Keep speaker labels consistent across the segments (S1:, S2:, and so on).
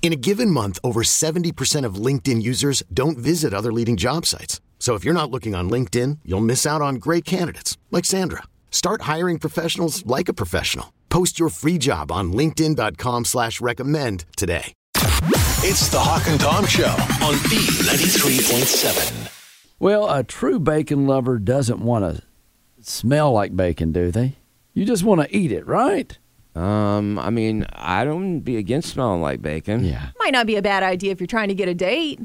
S1: In a given month, over 70% of LinkedIn users don't visit other leading job sites. So if you're not looking on LinkedIn, you'll miss out on great candidates like Sandra. Start hiring professionals like a professional. Post your free job on LinkedIn.com slash recommend today.
S2: It's the Hawk and Tom Show on B93.7.
S3: Well, a true bacon lover doesn't want to smell like bacon, do they? You just want to eat it, right?
S4: Um, I mean, I don't be against smelling like bacon.
S3: Yeah.
S5: Might not be a bad idea if you're trying to get a date.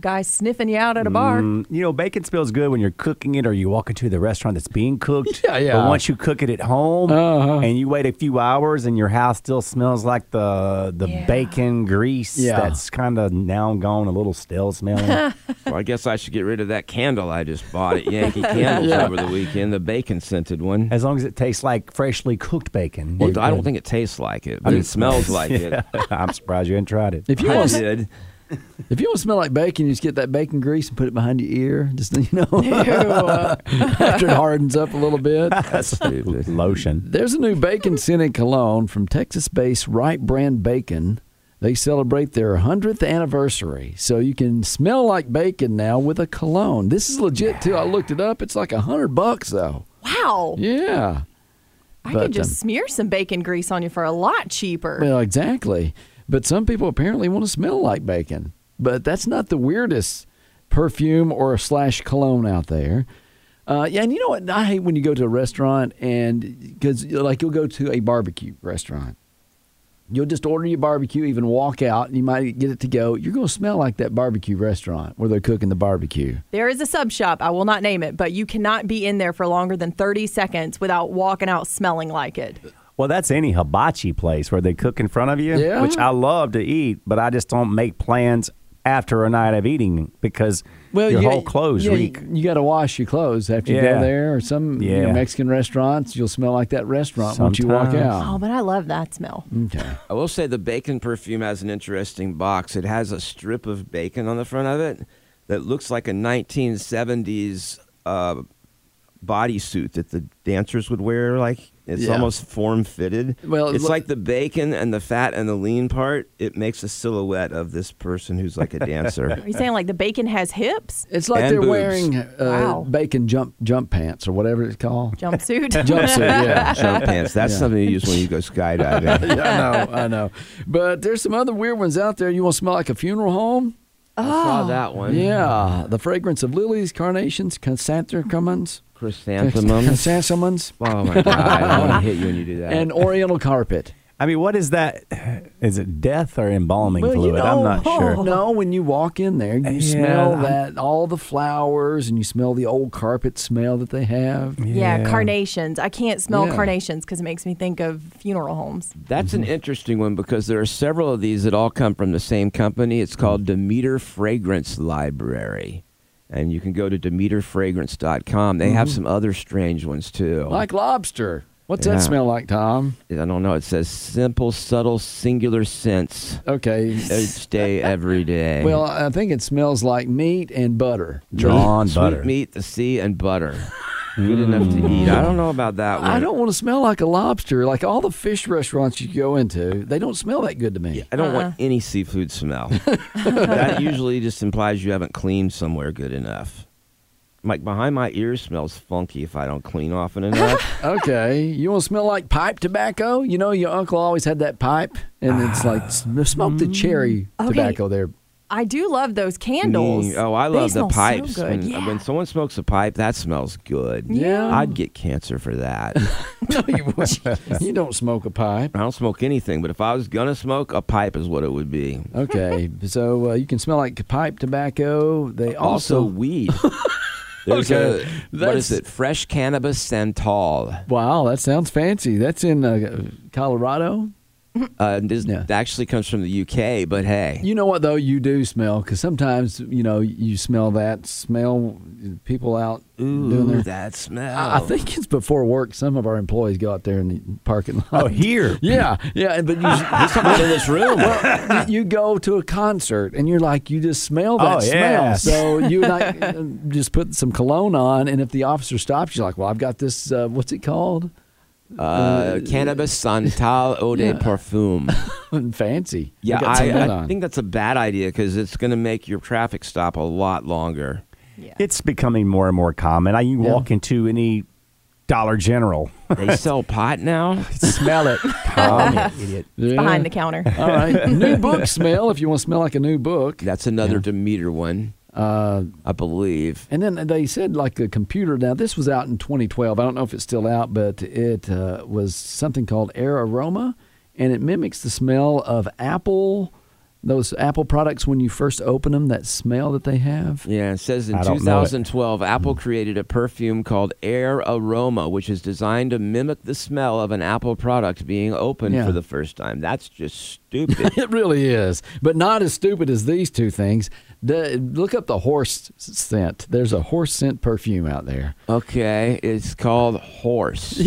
S5: Guy sniffing you out at a bar.
S6: You know, bacon smells good when you're cooking it or you walk into the restaurant that's being cooked.
S3: Yeah, yeah.
S6: But once you cook it at home
S4: Uh-huh.
S6: and you wait a few hours and your house still smells like the the bacon grease
S3: Yeah.
S6: that's kind of now gone a little stale smelling.
S4: Well, I guess I should get rid of that candle I just bought at Yankee Candles over the weekend, the bacon scented one.
S6: as long as it tastes like freshly cooked bacon.
S4: Well,
S6: you're
S4: I don't
S6: good.
S4: think it tastes like it, but it smells like it.
S6: I'm surprised you hadn't tried it.
S3: If you
S4: I
S3: want,
S4: did.
S3: if you want to smell like bacon, you just get that bacon grease and put it behind your ear. Just you know, after it hardens up a little bit.
S4: That's stupid.
S6: Lotion.
S3: There's a new bacon scented cologne from Texas-based Right Brand Bacon. They celebrate their 100th anniversary, so you can smell like bacon now with a cologne. This is legit too. I looked it up. It's like a hundred bucks though.
S5: Wow.
S3: Yeah.
S5: I
S3: but,
S5: could just
S3: um,
S5: smear some bacon grease on you for a lot cheaper.
S3: Well, exactly. But some people apparently want to smell like bacon. But that's not the weirdest perfume or slash cologne out there. Uh, yeah, and you know what? I hate when you go to a restaurant and because like you'll go to a barbecue restaurant, you'll just order your barbecue, even walk out, and you might get it to go. You're going to smell like that barbecue restaurant where they're cooking the barbecue.
S5: there is a sub shop, I will not name it, but you cannot be in there for longer than 30 seconds without walking out smelling like it.
S6: Well, that's any hibachi place where they cook in front of you,
S3: Yeah.
S6: which I love to eat, but I just don't make plans after a night of eating because your
S3: you-
S6: whole clothes
S3: yeah, you-
S6: reek.
S3: You, got to wash your clothes after you
S6: Yeah.
S3: go there, or some you know,
S6: Yeah.
S3: Mexican restaurants. You'll smell like that restaurant once you walk
S6: Sometimes.
S3: out.
S5: Oh, but I love that smell.
S3: Okay.
S4: I will say the bacon perfume has an interesting box. It has a strip of bacon on the front of it that looks like a 1970s uh, bodysuit that the dancers would wear. Like it's
S3: Yeah.
S4: almost form fitted.
S3: Well,
S4: it's
S3: lo-
S4: like the bacon and the fat and the lean part. It makes a silhouette of this person who's like a dancer.
S5: Are you saying like the bacon has hips?
S3: It's like
S4: And
S3: they're
S4: boobs.
S3: wearing uh,
S5: Wow.
S3: bacon jump jump pants or whatever it's called.
S5: Jumpsuit?
S3: Jumpsuit, yeah.
S4: Jump pants. That's
S3: Yeah.
S4: something you use when you go skydiving.
S3: yeah, I know, I know. But there's some other weird ones out there. You want to smell like a funeral home?
S4: I saw that one.
S3: Yeah, the fragrance of lilies, carnations, chrysanthemums,
S4: Chrysanthemums.
S3: chrysanthemums,
S4: Oh my god! I want to hit you when you do that.
S3: and oriental carpet.
S6: I mean, what is that? Is it death or embalming
S3: Well,
S6: fluid?
S3: you know,
S6: I'm not sure.
S3: No, when you walk in there, you
S6: Yeah,
S3: smell
S6: I'm-
S3: that all the flowers, and you smell the old carpet smell that they have.
S5: Yeah,
S6: Yeah.
S5: carnations. I can't smell
S3: Yeah.
S5: carnations because it makes me think of funeral homes.
S4: That's
S3: Mm-hmm.
S4: an interesting one because there are several of these that all come from the same company. It's
S3: Mm.
S4: called Demeter Fragrance Library. And you can go to DemeterFragrance.com. They have some other strange ones too.
S3: Mm-hmm. Like lobster. What's
S4: Yeah.
S3: that smell like, Tom?
S4: I don't know. It says simple, subtle, singular scents
S3: Okay,
S4: each day, every day.
S3: Well, I think it smells like meat and butter.
S6: Drawn butter.
S4: Sweet meat, the sea, and butter. Good enough to eat. I don't know about that one.
S3: Mm. I don't want to smell like a lobster. Like all the fish restaurants you go into, they don't smell that good to me.
S4: I don't
S5: Uh-uh.
S4: want any seafood smell. that usually just implies you haven't cleaned somewhere good enough. Like behind my ear smells funky if I don't clean often enough.
S3: Okay, you want to smell like pipe tobacco? You know, your uncle always had that pipe, and it's like sm- smoke the cherry
S5: Okay.
S3: tobacco there.
S5: I do love those candles.
S4: Mm, Oh, I
S5: They
S4: love the
S5: smell so
S4: pipes.
S5: good.
S4: when,
S5: yeah.
S4: when someone smokes a pipe, that smells good.
S3: Yeah.
S4: I'd get cancer for that. I
S3: you don't smoke a pipe.
S4: don't smoke anything, but if I was gonna smoke, a pipe is what it would be.
S3: Okay, so uh, you can smell like pipe tobacco. They
S4: Also,
S3: also,
S4: weed. There's
S3: Okay,
S4: a what
S3: that's-
S4: is it? Fresh cannabis santal.
S3: wow, that sounds fancy. That's in uh, Colorado.
S4: Uh, this
S3: Yeah.
S4: actually comes from the UK, but hey,
S3: You know what though? You do smell because sometimes you know you smell that smell. People out doing
S4: ooh,
S3: their.
S4: that smell.
S3: I I think it's before work. Some of our employees go out there in the parking lot.
S6: Oh, here.
S3: Yeah, yeah, but you,
S4: somebody in this room.
S3: well, you you go to a concert and you're like, you just smell that
S6: Oh,
S3: smell.
S6: yes.
S3: So you and I uh, just put some cologne on, and if the officer stops, you're like, well, I've got this. Uh, what's it called?
S4: Uh, cannabis santal eau de parfum.
S3: Fancy.
S4: Yeah,
S3: got some of that
S4: I, I
S3: on.
S4: think that's a bad idea because it's going to make your traffic stop a lot longer.
S6: It's becoming more and more common. I you can
S3: Yeah.
S6: walk into any Dollar General,
S4: They sell pot now.
S6: smell it. Come, you idiot.
S3: Yeah.
S5: behind the counter.
S3: All right, new book smell. If you want to smell like a new book,
S4: That's another Demeter one,
S3: uh,
S4: I believe.
S3: And then they said like a computer. Now this was out in 2012. I don't know if it's still out, but it uh, was something called Air Aroma, and it mimics the smell of apple. Those apple products when you first open them, that smell that they have.
S4: Yeah, it says in
S6: I don't know it.
S4: 2012, Apple created a perfume called Air Aroma, which is designed to mimic the smell of an Apple product being opened
S3: Yeah.
S4: for the first time. That's just stupid.
S3: It really is, but not as stupid as these two things. The, look up the horse scent. There's a horse scent perfume out there.
S4: okay, it's called Horse.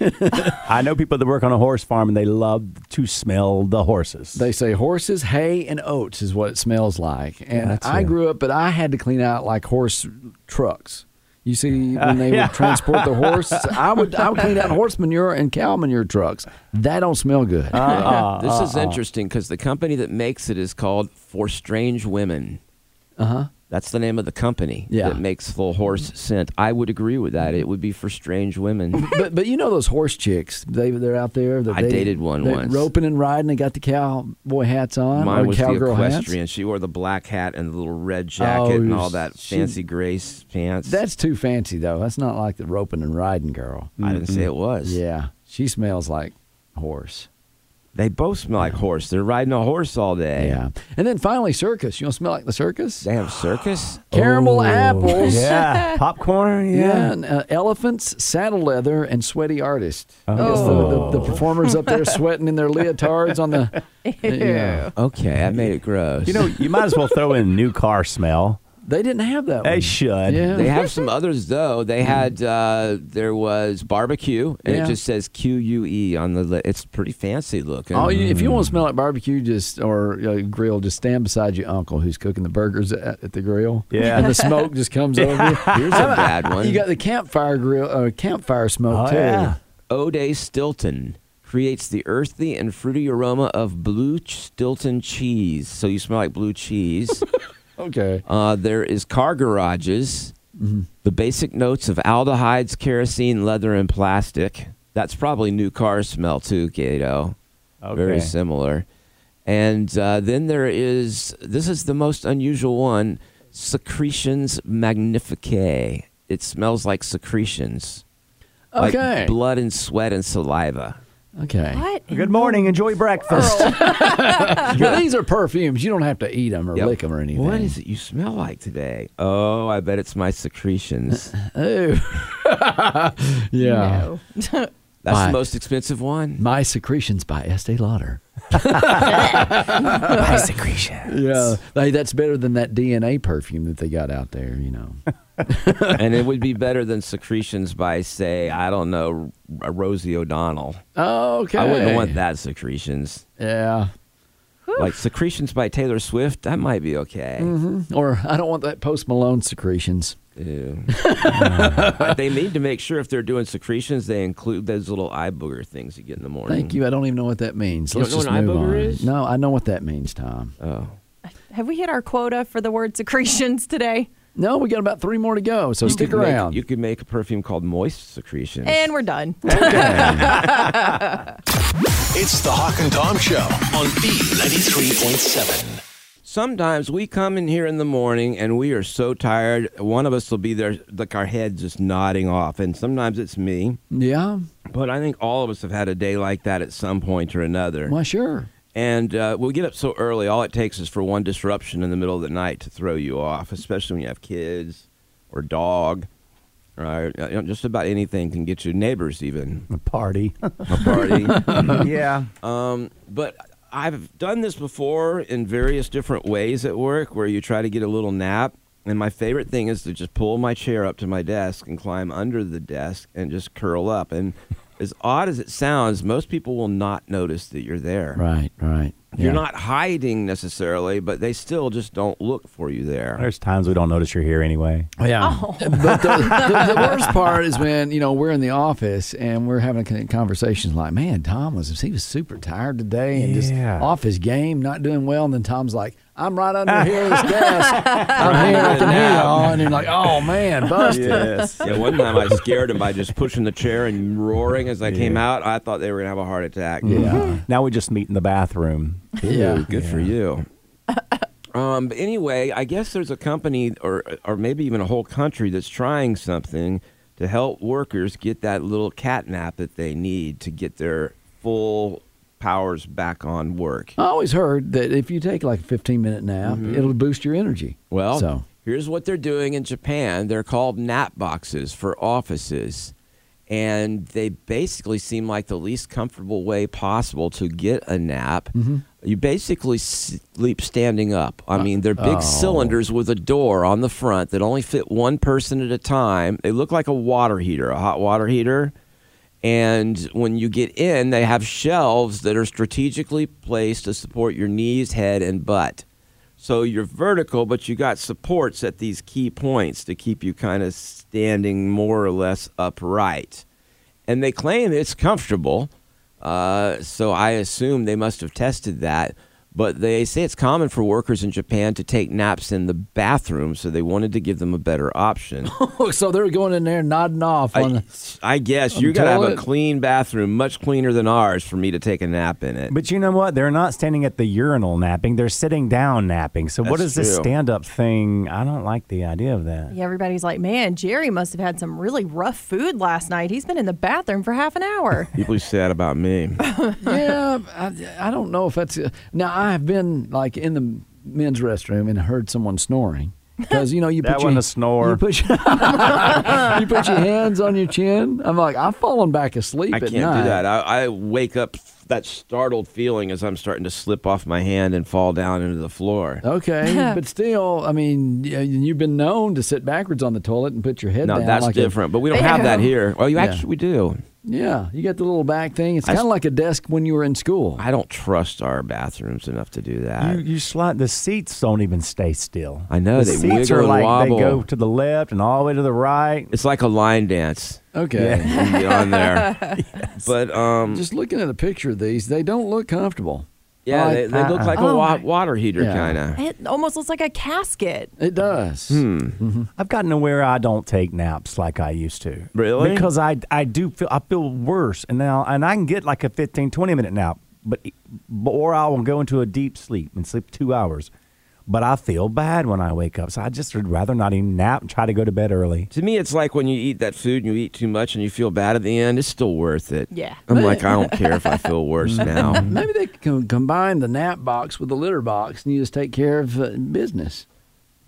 S6: I know people that work on a horse farm and they love to smell the horses.
S3: They say horses, hay, and oats is what it smells like. And I grew up, but I had to clean out like horse trucks. You see, when they would transport the horse, I would I would clean out horse manure and cow manure trucks. That don't smell good.
S4: Uh,
S3: Uh-uh.
S4: Yeah, this is interesting because the company that makes it is called For Strange Women.
S3: Uh huh.
S4: That's the name of the company
S3: Yeah.
S4: that makes the horse scent. I would agree with that. It would be for strange women.
S3: But but you know those horse chicks? They they're out there. They're,
S4: I
S3: they-
S4: dated one
S3: they're
S4: once.
S3: roping and riding. They got the cowboy hats on.
S4: Mine
S3: or
S4: was the
S3: cowgirl hats.
S4: equestrian. She wore the black hat and the little red jacket
S3: Oh,
S4: and all that
S3: she-
S4: fancy grace pants.
S3: That's too fancy though. That's not like the roping and riding girl.
S4: I didn't say it was.
S3: Yeah, she smells like horse.
S4: They both smell like horse. They're riding a horse all day.
S3: Yeah. And then finally, circus. You don't smell like the circus?
S4: They have circus?
S3: Caramel apples.
S6: yeah, popcorn. Yeah,
S3: Yeah, and, uh, elephants, saddle leather, and sweaty artists. I guess the, the, the performers up there sweating in their leotards on the. Yeah.
S4: Okay, I made it gross.
S6: you know, you might as well throw in new car smell.
S3: They didn't have that
S6: They
S3: one.
S6: should.
S3: Yeah.
S4: they have some others though. They had uh, there was barbecue, and
S3: Hmm. Yeah.
S4: it just says Q U E on the. Li- it's pretty fancy looking.
S3: All Oh, you, if you want to smell like barbecue, just or uh, grill, just stand beside your uncle who's cooking the burgers at, at the grill.
S6: Yeah.
S3: and the smoke just comes over. you.
S4: Here's a bad one.
S3: You got the campfire grill, uh, campfire smoke
S6: Oh,
S3: too.
S6: yeah.
S4: O'Day Stilton creates the earthy and fruity aroma of blue ch- Stilton cheese. So you smell like blue cheese.
S3: Okay.
S4: uh, there is car garages,
S3: Mm-hmm.
S4: the basic notes of aldehydes, kerosene, leather, and plastic. That's probably new car smell too, Gato. Very
S6: Okay.
S4: similar. And uh, then there is this is the most unusual one secretions magnifique. It smells like secretions.
S3: Okay.
S4: Like blood and sweat and saliva.
S3: Okay.
S5: What?
S6: Good morning. Enjoy breakfast.
S3: Oh. But these are perfumes. You don't have to eat them or lick 'em
S4: Yep.
S3: lick them or anything.
S4: What is it you smell like today? Oh, I bet it's my secretions.
S3: Oh. yeah.
S5: No.
S4: That's
S3: My-
S4: the most expensive one.
S3: My Secretions by Estee Lauder.
S6: My secretion.
S3: Yeah. Hey, that's better than that DNA perfume that they got out there, you know.
S4: and it would be better than secretions by, say, I don't know, R- Rosie O'Donnell.
S3: okay.
S4: I wouldn't want that secretions.
S3: Yeah.
S4: Like secretions by Taylor Swift, that might be okay.
S3: Mm-hmm. Hmm, Or I don't want that Post Malone Secretions.
S4: Ew. But they need to make sure if they're doing secretions, they include those little eye booger things you get in the morning.
S3: Thank you. I don't even know what that means.
S4: Mm. You
S3: Let's
S4: don't
S3: just
S4: know what an
S3: move on.
S4: eyebooger is?
S3: No, I know what that means, Tom.
S4: Oh.
S5: Have we hit our quota for the word secretions today?
S3: No, we got about three more to go, so stick
S4: could make-
S3: around. Eh.
S4: you could make a perfume called Moist Secretions.
S5: And we're done.
S2: It's the Hawk and Tom Show on B93.7.
S4: sometimes we come in here in the morning and we are so tired. One of us will be there, like our head just nodding off. And sometimes it's me.
S3: Yeah.
S4: But I think all of us have had a day like that at some point or another.
S3: Why, sure.
S4: And uh, we get up so early. All it takes is for one disruption in the middle of the night to throw you off, especially when you have kids or dog. Right, Uh, You know, just about anything can get your neighbors even
S6: A party.
S4: a party.
S6: yeah.
S4: um, but I've done this before in various different ways at work, where you try to get a little nap. And my favorite thing is to just pull my chair up to my desk and climb under the desk and just curl up. And as odd as it sounds, most people will not notice that you're there.
S3: Right, right.
S4: You're
S3: Yeah.
S4: not hiding necessarily, but they still just don't look for you there.
S6: There's times we don't notice you're here anyway.
S3: Yeah. But the, the, the worst part is when, you know, we're in the office and we're having a conversation like, man, Tom was, he was super tired today and just
S6: Yeah.
S3: off his game, not doing well. And then Tom's like, I'm right under here at his desk. I'm here at the now. And you're like, oh, man, busted.
S6: Yes.
S4: Yeah, one time I scared them by just pushing the chair and roaring as I came out. I thought they were going to have a heart attack.
S6: yeah. Now we just meet in the bathroom.
S3: Yeah.
S4: Good for you. um, but anyway, I guess there's a company or or maybe even a whole country that's trying something to help workers get that little cat nap that they need to get their full powers back on work.
S3: I always heard that if you take like a 15 minute nap, it'll boost your energy.
S4: Well,
S3: so
S4: here's what they're doing in Japan. They're called nap boxes for offices. And they basically seem like the least comfortable way possible to get a nap. You basically sleep standing up. I mean, they're big cylinders with a door on the front that only fit one person at a time. They look like a water heater, a hot water heater. And when you get in, they have shelves that are strategically placed to support your knees, head, and butt. So you're vertical, but you got supports at these key points to keep you kind of standing more or less upright. And they claim it's comfortable. Uh, so I assume they must have tested that. But they say it's common for workers in Japan to take naps in the bathroom, so they wanted to give them a better option.
S3: so they're going in there nodding off on
S4: I,
S3: the,
S4: I guess
S3: on
S4: you
S3: the
S4: got to have a
S3: toilet.
S4: clean bathroom, much cleaner than ours, for me to take a nap in it.
S6: But you know what? They're not standing at the urinal napping. They're sitting down napping. So what
S4: That's
S6: is this
S4: true.
S6: stand up thing? I don't like the idea of that.
S5: Yeah, everybody's like, man, Jerry must have had some really rough food last night. He's been in the bathroom for half an hour.
S4: People say that about me.
S3: yeah, I, I don't know if that's. Now I have been like in the men's restroom and heard someone snoring because you know you
S6: That
S3: put
S6: wasn't
S3: your,
S6: a snore.
S3: You put, your, you put your hands on your chin. I'm like I've fallen back asleep.
S4: I
S3: at
S4: can't
S3: night.
S4: do that. I, I wake up that startled feeling as I'm starting to slip off my hand and fall down into the floor.
S3: Okay, but still, I mean, y- you've been known to sit backwards on the toilet and put your head
S4: no,
S3: down.
S4: that's
S3: like a-
S4: different, but we don't
S5: They
S4: have
S5: have
S4: that
S5: them.
S4: here. Well, you
S3: Yeah.
S4: actually we do.
S3: yeah, you got the little back thing. It's
S4: I
S3: kind
S4: s-
S3: of like a desk when you were in school.
S4: I don't trust our bathrooms enough to do that.
S6: You you slide the seats don't even stay still.
S4: I know,
S6: the
S4: they
S6: seats
S4: wiggle
S6: are
S4: and
S6: like
S4: wobble.
S6: they go to the left and all the way to the right.
S4: it's like a line dance.
S3: Okay.
S4: You get on there, but um,
S3: Just looking at a picture of these, they don't look comfortable.
S4: yeah,
S3: I-
S4: they, they look like a
S5: Oh
S4: wa-
S5: my-
S4: water heater
S3: Yeah.
S4: kind of.
S5: It almost looks like a casket.
S3: It does.
S4: Hmm.
S6: I've gotten to where I don't take naps like I used to.
S4: Really?
S6: Because I I do feel I feel worse and now and I can get like a 15 20 minute nap, but but- or I will go into a deep sleep and sleep 2 hours. But I feel bad when I wake up. So I just would rather not even nap and try to go to bed early.
S4: To me, it's like when you eat that food and you eat too much and you feel bad at the end. It's still worth it.
S5: Yeah.
S4: I'm like, I don't care if I feel worse now.
S3: Maybe they can combine the nap box with the litter box, and you just take care of uh, business.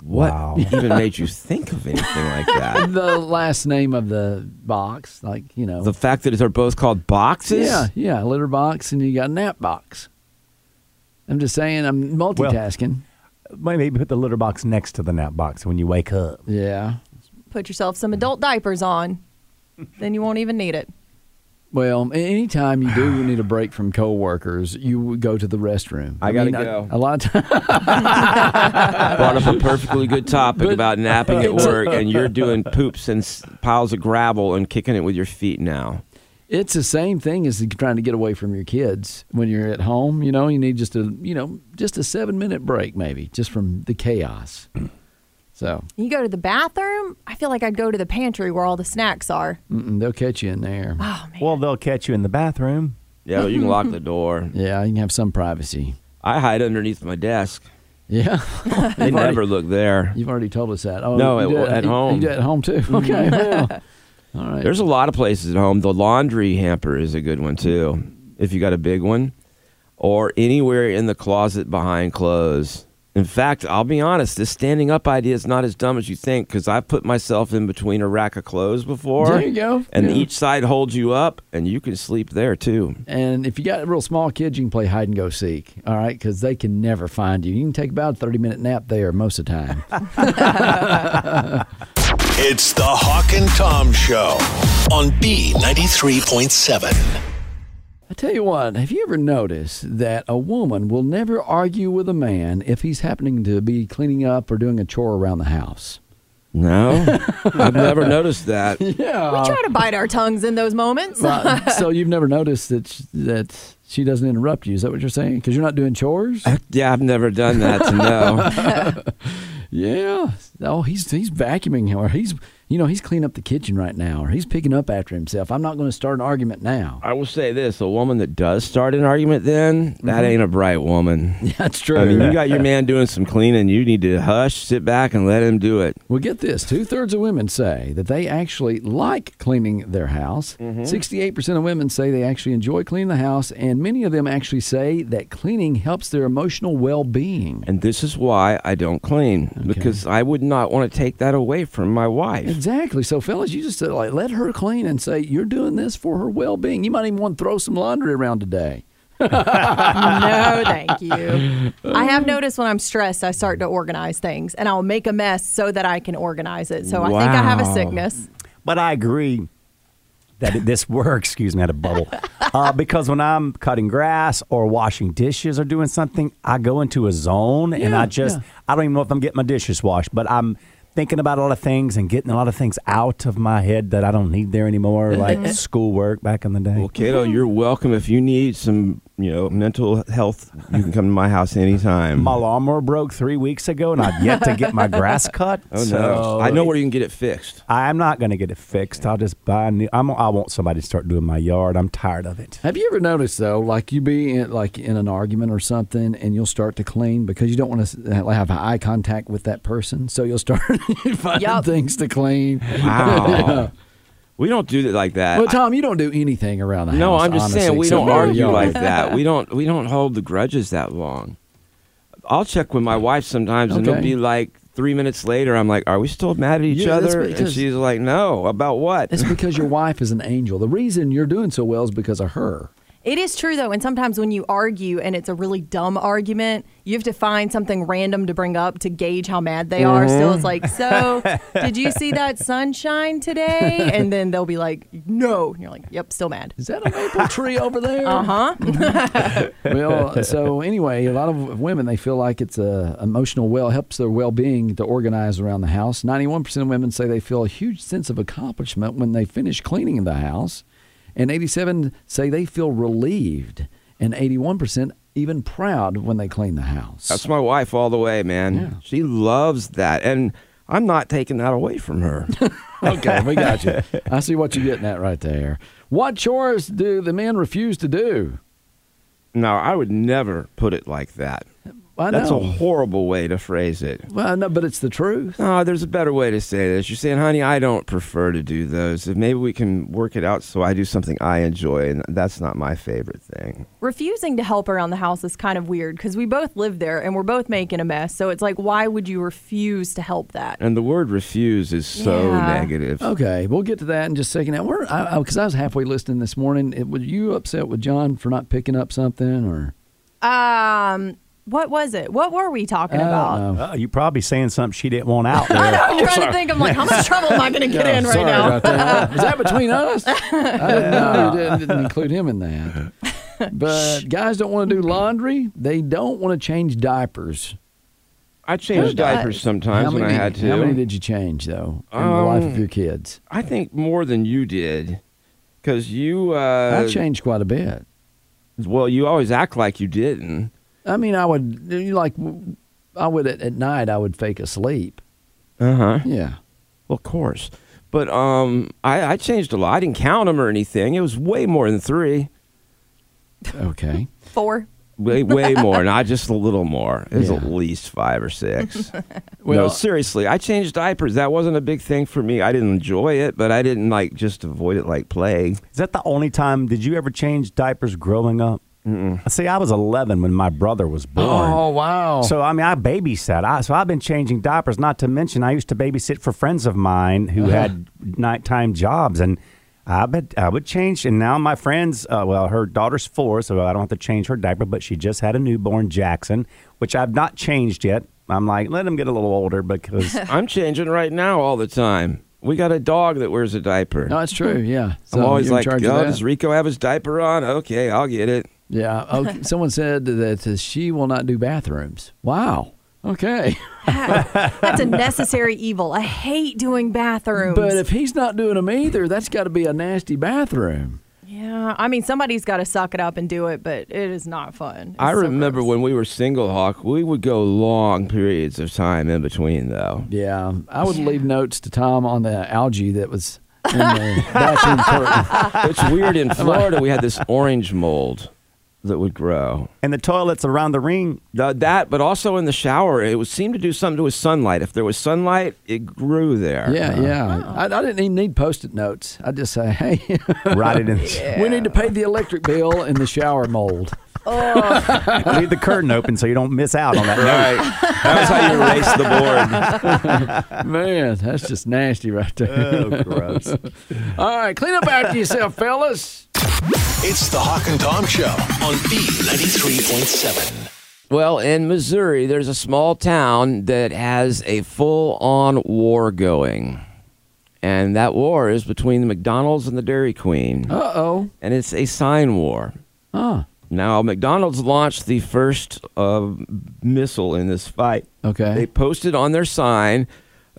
S4: What
S6: Wow.
S4: even made you think of anything like that?
S3: The last name of the box, like you know,
S4: The fact that they're both called boxes?
S3: yeah, yeah, litter box, and you got nap box. I'm just saying, I'm multitasking.
S6: Maybe put the litter box next to the nap box when you wake up.
S3: yeah.
S5: Put yourself some adult diapers on, then you won't even need it.
S3: Well, a- anytime you do need a break from coworkers, you would go to the restroom.
S4: I gotta go.
S3: A lot of times.
S4: Brought up a perfectly good topic
S3: But-
S4: about napping at work, and you're doing poops and s- piles of gravel and kicking it with your feet now.
S3: It's the same thing as trying to get away from your kids when you're at home. You know, you need just a you know just a seven minute break maybe, just from the chaos. So
S5: You go to the bathroom, I feel like I'd go to the pantry where all the snacks are.
S3: mm-mm, they'll catch you in there.
S5: Oh, man.
S6: Well, they'll catch you in the bathroom.
S4: Yeah, but you can lock the door.
S3: Yeah, you can have some privacy.
S4: I hide underneath my desk.
S3: Yeah.
S4: They never look there.
S3: You've already told us that. Oh,
S4: No,
S3: you do
S4: it- at
S3: you-
S4: home. Mm-hmm.
S3: You do it at home too. Okay. Well, all right.
S4: There's a lot of places at home. The laundry hamper is a good one too, if you got a big one, or anywhere in the closet behind clothes. In fact, I'll be honest, this standing up idea is not as dumb as you think because I've put myself in between a rack of clothes before.
S3: There you go.
S4: And
S3: Yeah.
S4: each side holds you up, and you can sleep there too.
S3: And if you got real small kids, you can play hide and go seek. All right, because they can never find you. You can take about a thirty minute nap there most of the time.
S2: It's the Hawk and Tom Show on B93.7.
S3: I tell you what, have you ever noticed that a woman will never argue with a man if he's happening to be cleaning up or doing a chore around the house?
S4: No, I've never noticed that.
S3: Yeah.
S5: we try to bite our tongues in those moments.
S3: so you've never noticed that sh- that she doesn't interrupt you? Is that what you're saying? Because you're not doing chores?
S4: Yeah, I've never done that. So no,
S3: Yeah. Oh, he's he's vacuuming or he's you know he's cleaning up the kitchen right now or he's picking up after himself. I'm not going to start an argument now.
S4: I will say this: a woman that does start an argument, then that
S3: Mm-hmm.
S4: ain't a bright woman.
S3: Yeah, that's true.
S4: I mean, you got your man doing some cleaning. You need to hush, sit back, and let him do it.
S3: Well, get this. Two thirds of women say that they actually like cleaning their house.
S4: Mm-hmm.
S3: 68% of women say they actually enjoy cleaning the house. And many of them actually say that cleaning helps their emotional well being.
S4: And this is why I don't clean because I would not want to take that away from my wife.
S3: Exactly. So, fellas, you just said, like, let her clean and say, you're doing this for her well being. You might even want to throw some laundry around today.
S5: no, thank you. I have noticed when I'm stressed, I start to organize things and I'll make a mess so that I can organize it. So I think I have a
S4: Wow.
S5: sickness.
S6: But I agree that it, this works. Excuse me, I had a bubble. Uh, because when I'm cutting grass or washing dishes or doing something, I go into a zone and
S3: Yeah,
S6: I just,
S3: yeah.
S6: I don't even know if I'm getting my dishes washed, but I'm thinking about a lot of things and getting a lot of things out of my head that I don't need there anymore, like schoolwork back in the day.
S4: Well, Kato, you're welcome. If you need some, you know, mental health, you can come to my house anytime.
S6: My lawnmower broke three weeks ago and I've yet to get my grass cut.
S4: Oh no!
S6: so-
S4: I know where you can get it fixed.
S6: I'm not going to get it fixed. I'll just buy a new. I'm, I want somebody to start doing my yard. I'm tired of it.
S3: Have you ever noticed though, like you be in, like in an argument or something, and you'll start to clean because you don't want to have eye contact with that person, so you'll start finding
S5: Yup.
S3: things to clean.
S4: Wow. We don't do it like that.
S3: Well, Tom, you don't do anything around the house.
S4: No, I'm just
S3: honestly,
S4: saying we
S3: except
S4: don't
S3: for your
S4: argue
S3: yard.
S4: like that. We don't we don't hold the grudges that long. I'll check with my wife sometimes, and it'll
S3: Okay.
S4: be like three minutes later. I'm like, "Are we still mad at each
S3: Yeah, that's
S4: other?" And
S3: because-
S4: she's like, "No, about what?"
S3: It's because your wife is an angel. The reason you're doing so well is because of her.
S5: It is true though, and sometimes when you argue and it's a really dumb argument, you have to find something random to bring up to gauge how mad they are. So it's like, so did you see that sunshine today? And then they'll be like, no, and you're like, yep, still mad.
S3: Is that a maple tree over there?
S5: Uh huh.
S3: Well, so anyway, a lot of women they feel like it's a emotional well helps their well being to organize around the house. Ninety one percent of women say they feel a huge sense of accomplishment when they finish cleaning the house, and eighty seven say they feel relieved, and eighty one percent even proud when they clean the house.
S4: That's my wife all the way, man. She loves that, and I'm not taking that away from her.
S3: okay, we got you. I see what you're getting at right there. What chores do the men refuse to do?
S4: no, I would never put it like that.
S3: I
S4: That's
S3: know.
S4: a horrible way to phrase it.
S3: well, I know, but it's the truth.
S4: No, Oh, there's a better way to say this. You're saying, honey, I don't prefer to do those. If Maybe we can work it out so I do something I enjoy, and that's not my favorite thing.
S5: refusing to help around the house is kind of weird because we both live there and we're both making a mess. So it's like, why would you refuse to help that?
S4: And the word refuse is so
S5: Yeah.
S4: negative.
S3: Okay, we'll get to that in just a second. Now, we're because I, was halfway listening this morning. It, were you upset with John for not picking up something, or
S5: Um, what was it? What were we talking about?
S6: Uh, you probably saying something she didn't want out
S5: I know,
S6: there.
S5: I'm trying to think. I'm like, how much trouble am I going to get in right
S3: sorry
S5: now?
S3: about that. Is that between us? I didn't know. you Didn't, didn't include him in that. But guys don't want to do laundry. They don't want to change diapers.
S4: I changed
S5: How
S4: diapers sometimes
S3: how
S4: when
S3: many,
S4: I had to. Um,
S3: How many did you change though in the life of your kids?
S4: I think more than you did. Because you, uh,
S3: I changed quite a bit.
S4: well, you always act like you didn't.
S3: I mean, I would you like I would at, at night. I would fake asleep.
S4: Uh huh.
S3: Yeah.
S4: Well, of course. But um, I, I changed a lot. I didn't count them or anything. It was way more than three.
S3: Okay.
S5: Four.
S4: Way, way more, not just a little more. It's
S3: Yeah.
S4: at least five or six.
S3: Well-
S4: no, seriously, I changed diapers. That wasn't a big thing for me. I didn't enjoy it, but I didn't like just avoid it like plague.
S6: Is that the only time? Did you ever change diapers growing up? mm See, I was 11 when my brother was born.
S3: Oh wow!
S6: So I mean, I babysat. I, so I've been changing diapers. Not to mention, I used to babysit for friends of mine who had nighttime jobs, and I would I would change. And now my friends, uh, well, her daughter's four, so I don't have to change her diaper. But she just had a newborn, Jackson, which I've not changed yet. I'm like, let him get a little older because
S4: I'm changing right now all the time. We got a dog that wears a diaper.
S3: no, it's true. Yeah, Oh, so
S4: I'm always
S3: you're in
S4: like, oh,
S3: charge of that.
S4: does Rico have his diaper on? Okay, I'll get it.
S3: Yeah. Okay. Someone said that uh, she will not do bathrooms. Wow. Okay.
S5: That's a necessary evil. I hate doing bathrooms.
S3: But if he's not doing them either, that's got to be a nasty bathroom.
S5: yeah, I mean, somebody's got to suck it up and do it, but it is not fun. It's
S4: I
S5: so
S4: remember
S5: gross.
S4: when we were single, Hawk, we would go long periods of time in between, though.
S3: Yeah. I would leave notes to Tom on the algae that was in the bathroom curtain.
S4: It's weird. In Florida, we had this orange mold that would grow.
S6: and the toilets around the ring.
S4: Th- that, but also in the shower, it was, seemed to do something with sunlight. If there was sunlight, it grew there.
S3: Yeah. Yeah. I, I didn't even need post-it notes. I just say, hey,
S6: Right in
S3: we need to pay the electric bill in the shower mold.
S6: leave the curtain open so you don't miss out on that.
S4: Right. That was how you erase the board.
S3: Man, that's just nasty right there.
S6: Oh, gross.
S3: All right. Clean up after yourself, fellas.
S2: It's the Hawk and Tom Show on B93.7.
S4: Well, in Missouri, there's a small town that has a full on war going. And that war is between the McDonald's and the Dairy Queen.
S3: Uh oh.
S4: And it's a sign war.
S3: Ah.
S4: Now, McDonald's launched the first uh, missile in this fight.
S3: Okay.
S4: They posted on their sign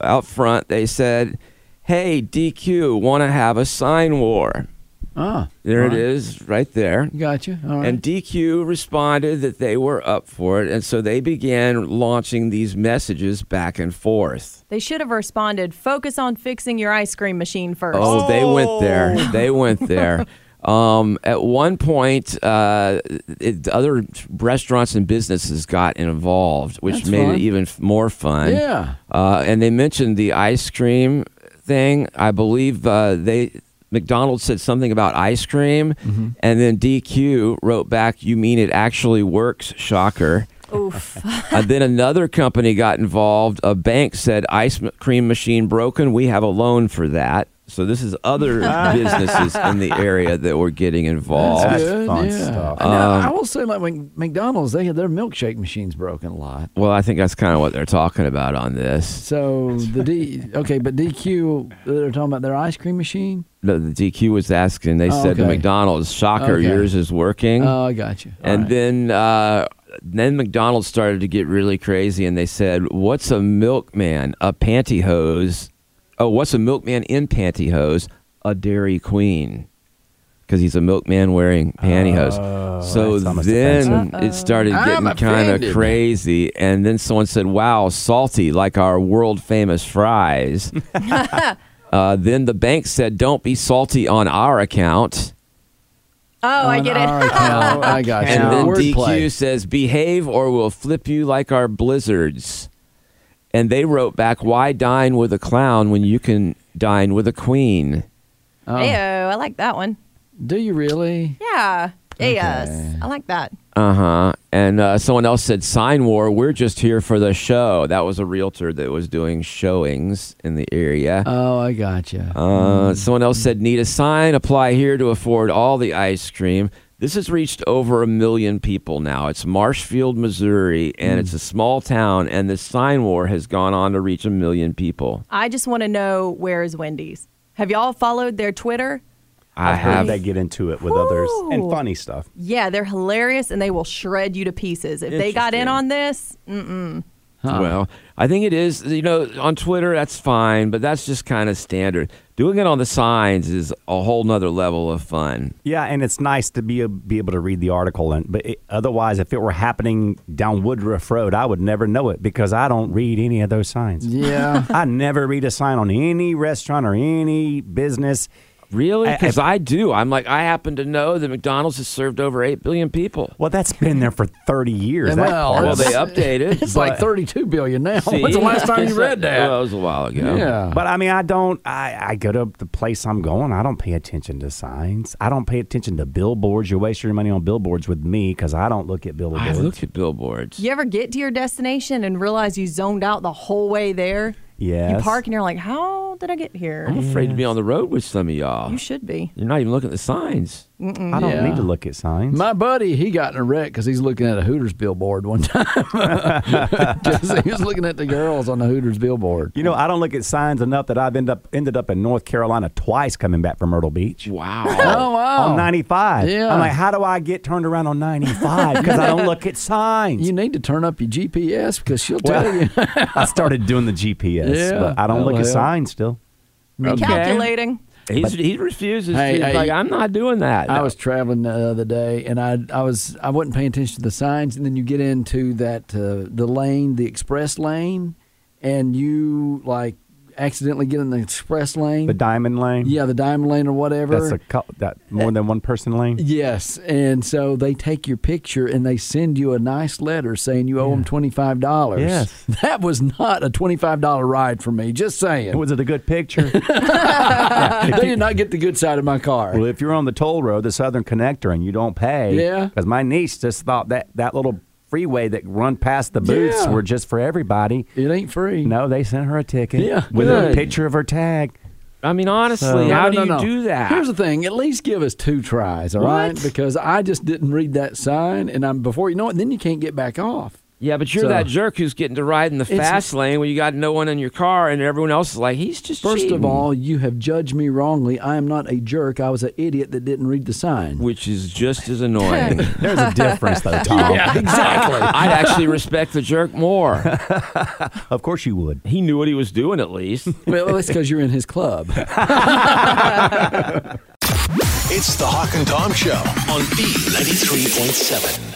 S4: out front, they said, Hey, DQ, want to have a sign war?
S3: Ah.
S4: There
S3: All
S4: it
S3: right.
S4: is, right there.
S3: Gotcha. All right.
S4: And DQ responded that they were up for it. And so they began launching these messages back and forth.
S5: they should have responded, focus on fixing your ice cream machine first.
S4: Oh, they went
S3: Oh.
S4: there. They went there. Um, at one point, uh, it, other restaurants and businesses got involved, which
S3: That's
S4: made
S3: fun.
S4: it even f- more fun.
S3: Yeah.
S4: Uh, and they mentioned the ice cream thing. I believe uh, they McDonald's said something about ice cream,
S3: Mm-hmm.
S4: and then DQ wrote back, "You mean it actually works?" Shocker.
S5: Oof.
S4: and then another company got involved. A bank said, "Ice m- cream machine broken. We have a loan for that." So this is other businesses in the area that were getting involved.
S6: That's
S3: Good,
S6: fun
S3: yeah.
S6: stuff.
S3: And I-
S4: Um,
S3: I will say, like when McDonald's, they had their milkshake machines broken a lot.
S4: Well, I think that's kind of what they're talking about on this.
S3: So the D, okay, but DQ, they're talking about their ice cream machine.
S4: The, the DQ was asking. They
S3: Oh,
S4: said to
S3: okay.
S4: McDonald's, "Shocker,
S3: Okay.
S4: yours is working."
S3: Oh, I got you. All
S4: Mm. and
S3: right.
S4: then uh, then McDonald's started to get really crazy, and they said, "What's a milkman? A pantyhose? Oh, what's a milkman in pantyhose? A Dairy Queen." Because he's a milkman wearing
S3: Oh,
S4: pantyhose. so
S6: that's almost
S4: then it started
S3: I'm
S4: getting kind
S3: offended.
S4: of crazy. And then someone said, wow, salty, like our world famous fries. uh, then the bank said, don't be salty on our account.
S5: Oh, I
S3: On
S5: get
S3: our
S5: it.
S3: account, Oh, I got you.
S4: And then DQ
S3: Wordplay.
S4: says, "Behave, or we'll flip you like our blizzards." And they wrote back, "Why dine with a clown when you can dine with a queen?"
S3: Oh,
S5: Ayo, I like that one.
S3: do you really?
S5: Yeah. Yes. I like that.
S4: Uh huh. And uh, someone else said, "Sign war. We're just here for the show." That was a realtor that was doing showings in the area.
S3: Oh, I got you.
S4: Uh, someone else said, "Need a sign? Apply here to afford all the ice cream." This has reached over a million people now. It's Marshfield, Missouri, and
S6: Hmm.
S4: it's a small town. And this sign war has gone on to reach a million people.
S5: I just want to know where is Wendy's? Have y'all followed their Twitter?
S4: I
S6: I've heard
S4: have.
S6: they get into it with others and
S5: Woo.
S6: funny stuff.
S5: Yeah, they're hilarious and they will shred you to pieces. If they got in
S4: Interesting.
S5: on this,
S4: Well, I think it is. You know, on Twitter, that's fine, but that's just kind of standard. Doing it on the signs is a whole nother level of fun.
S6: Yeah, and it's nice to be be able to read the article, and but it, otherwise, if it were happening down Woodruff Road, I would never know it because I don't read any of those signs.
S3: Yeah.
S6: I never read a sign on any restaurant or any business.
S4: Really?
S6: I-
S4: Because I, do. I'm like, I happen to know that McDonald's has served over 8 billion people.
S6: Well, that's been there for 30 years.
S3: And
S6: that
S3: well,
S6: part
S4: Well,
S6: of
S4: they
S6: it.
S4: updated.
S3: It's like 32 billion now.
S4: See?
S3: Oh, When's the last time you read that?
S4: Well, it was a while ago.
S3: yeah.
S6: But I mean, I don't. I, I go to the place I'm going. I don't pay attention to signs. I don't pay attention to billboards. You're wasting your money on billboards with me because I don't look at
S4: I
S6: billboards.
S4: looked at billboards.
S5: You ever get to your destination and realize you zoned out the whole way there?
S6: Yes.
S5: You park and you're like, how did I get
S4: I'm
S5: here?
S4: afraid to be on the road with some of y'all.
S5: You should be.
S4: You're not even looking at the signs.
S6: I don't
S5: mm-hmm.
S3: Yeah.
S6: need to look at signs.
S3: My buddy, he got in a wreck because he's looking at a Hooters billboard one time. Just- he was looking at the girls on the Hooters billboard.
S6: you know, I don't look at signs enough that I've ended up ended up in North Carolina twice coming back from Myrtle Beach.
S4: Wow.
S3: Oh wow!
S6: On 95.
S3: Yeah.
S6: I'm like, how do I get turned around on 95? Because I don't look at signs.
S3: you need to turn up your GPS because she'll tell
S6: Well,
S3: you.
S6: I started doing the GPS,
S3: Yeah.
S6: but I don't
S3: Oh,
S6: look at
S3: yeah.
S6: signs still.
S5: Calculating.
S4: He's, he refuses
S3: Hey,
S4: to. He's
S3: hey,
S4: like, I'm not doing that.
S3: I was traveling the other day, and I I was I wasn't paying attention to the signs, and then you get into that uh, the lane, the express lane, and you like accidentally get in the express lane.
S6: The Diamond Lane.
S3: yeah, the diamond lane or whatever.
S6: That's a cou- that more than one person lane.
S3: Yes, and so they take your picture and they send you a nice letter saying you owe them twenty five dollars.
S6: Yes.
S3: that was not a twenty five dollar ride for me. Just saying,
S6: Was it a good picture?
S3: they did not get the good side of my car.
S6: Well, if you're on the toll road, the Southern Connector, and you don't pay,
S3: Yeah.
S6: because my niece just thought that that little freeway that run past the booths
S3: Yeah.
S6: were just for everybody.
S3: It ain't free.
S6: No, they sent her a ticket
S3: Yeah,
S6: with a
S3: good.
S6: picture of her tag.
S4: I mean, honestly,
S6: So-
S3: No, no,
S4: how do you
S3: no.
S4: do that?
S3: Here's the thing: at least give us two tries, all right?
S4: What?
S3: Because I just didn't read that sign, and I'm before you know it, then you can't get back off.
S4: yeah, but you're
S3: So-
S4: that jerk who's getting to ride in the
S3: It's-
S4: fast lane when you got no one in your car and everyone else is like, he's just
S3: First of
S4: cheating.
S3: all, you have judged me wrongly. I am not a jerk. I was an idiot that didn't read the sign.
S4: Which is just as annoying. Oh.
S6: There's a difference, though, Tom.
S3: exactly.
S4: I'd actually respect the jerk more.
S6: Of course you would.
S4: He knew what he was doing at least.
S3: well, that's because you're in his club.
S2: It's the Hawk and Tom Show on B93.7.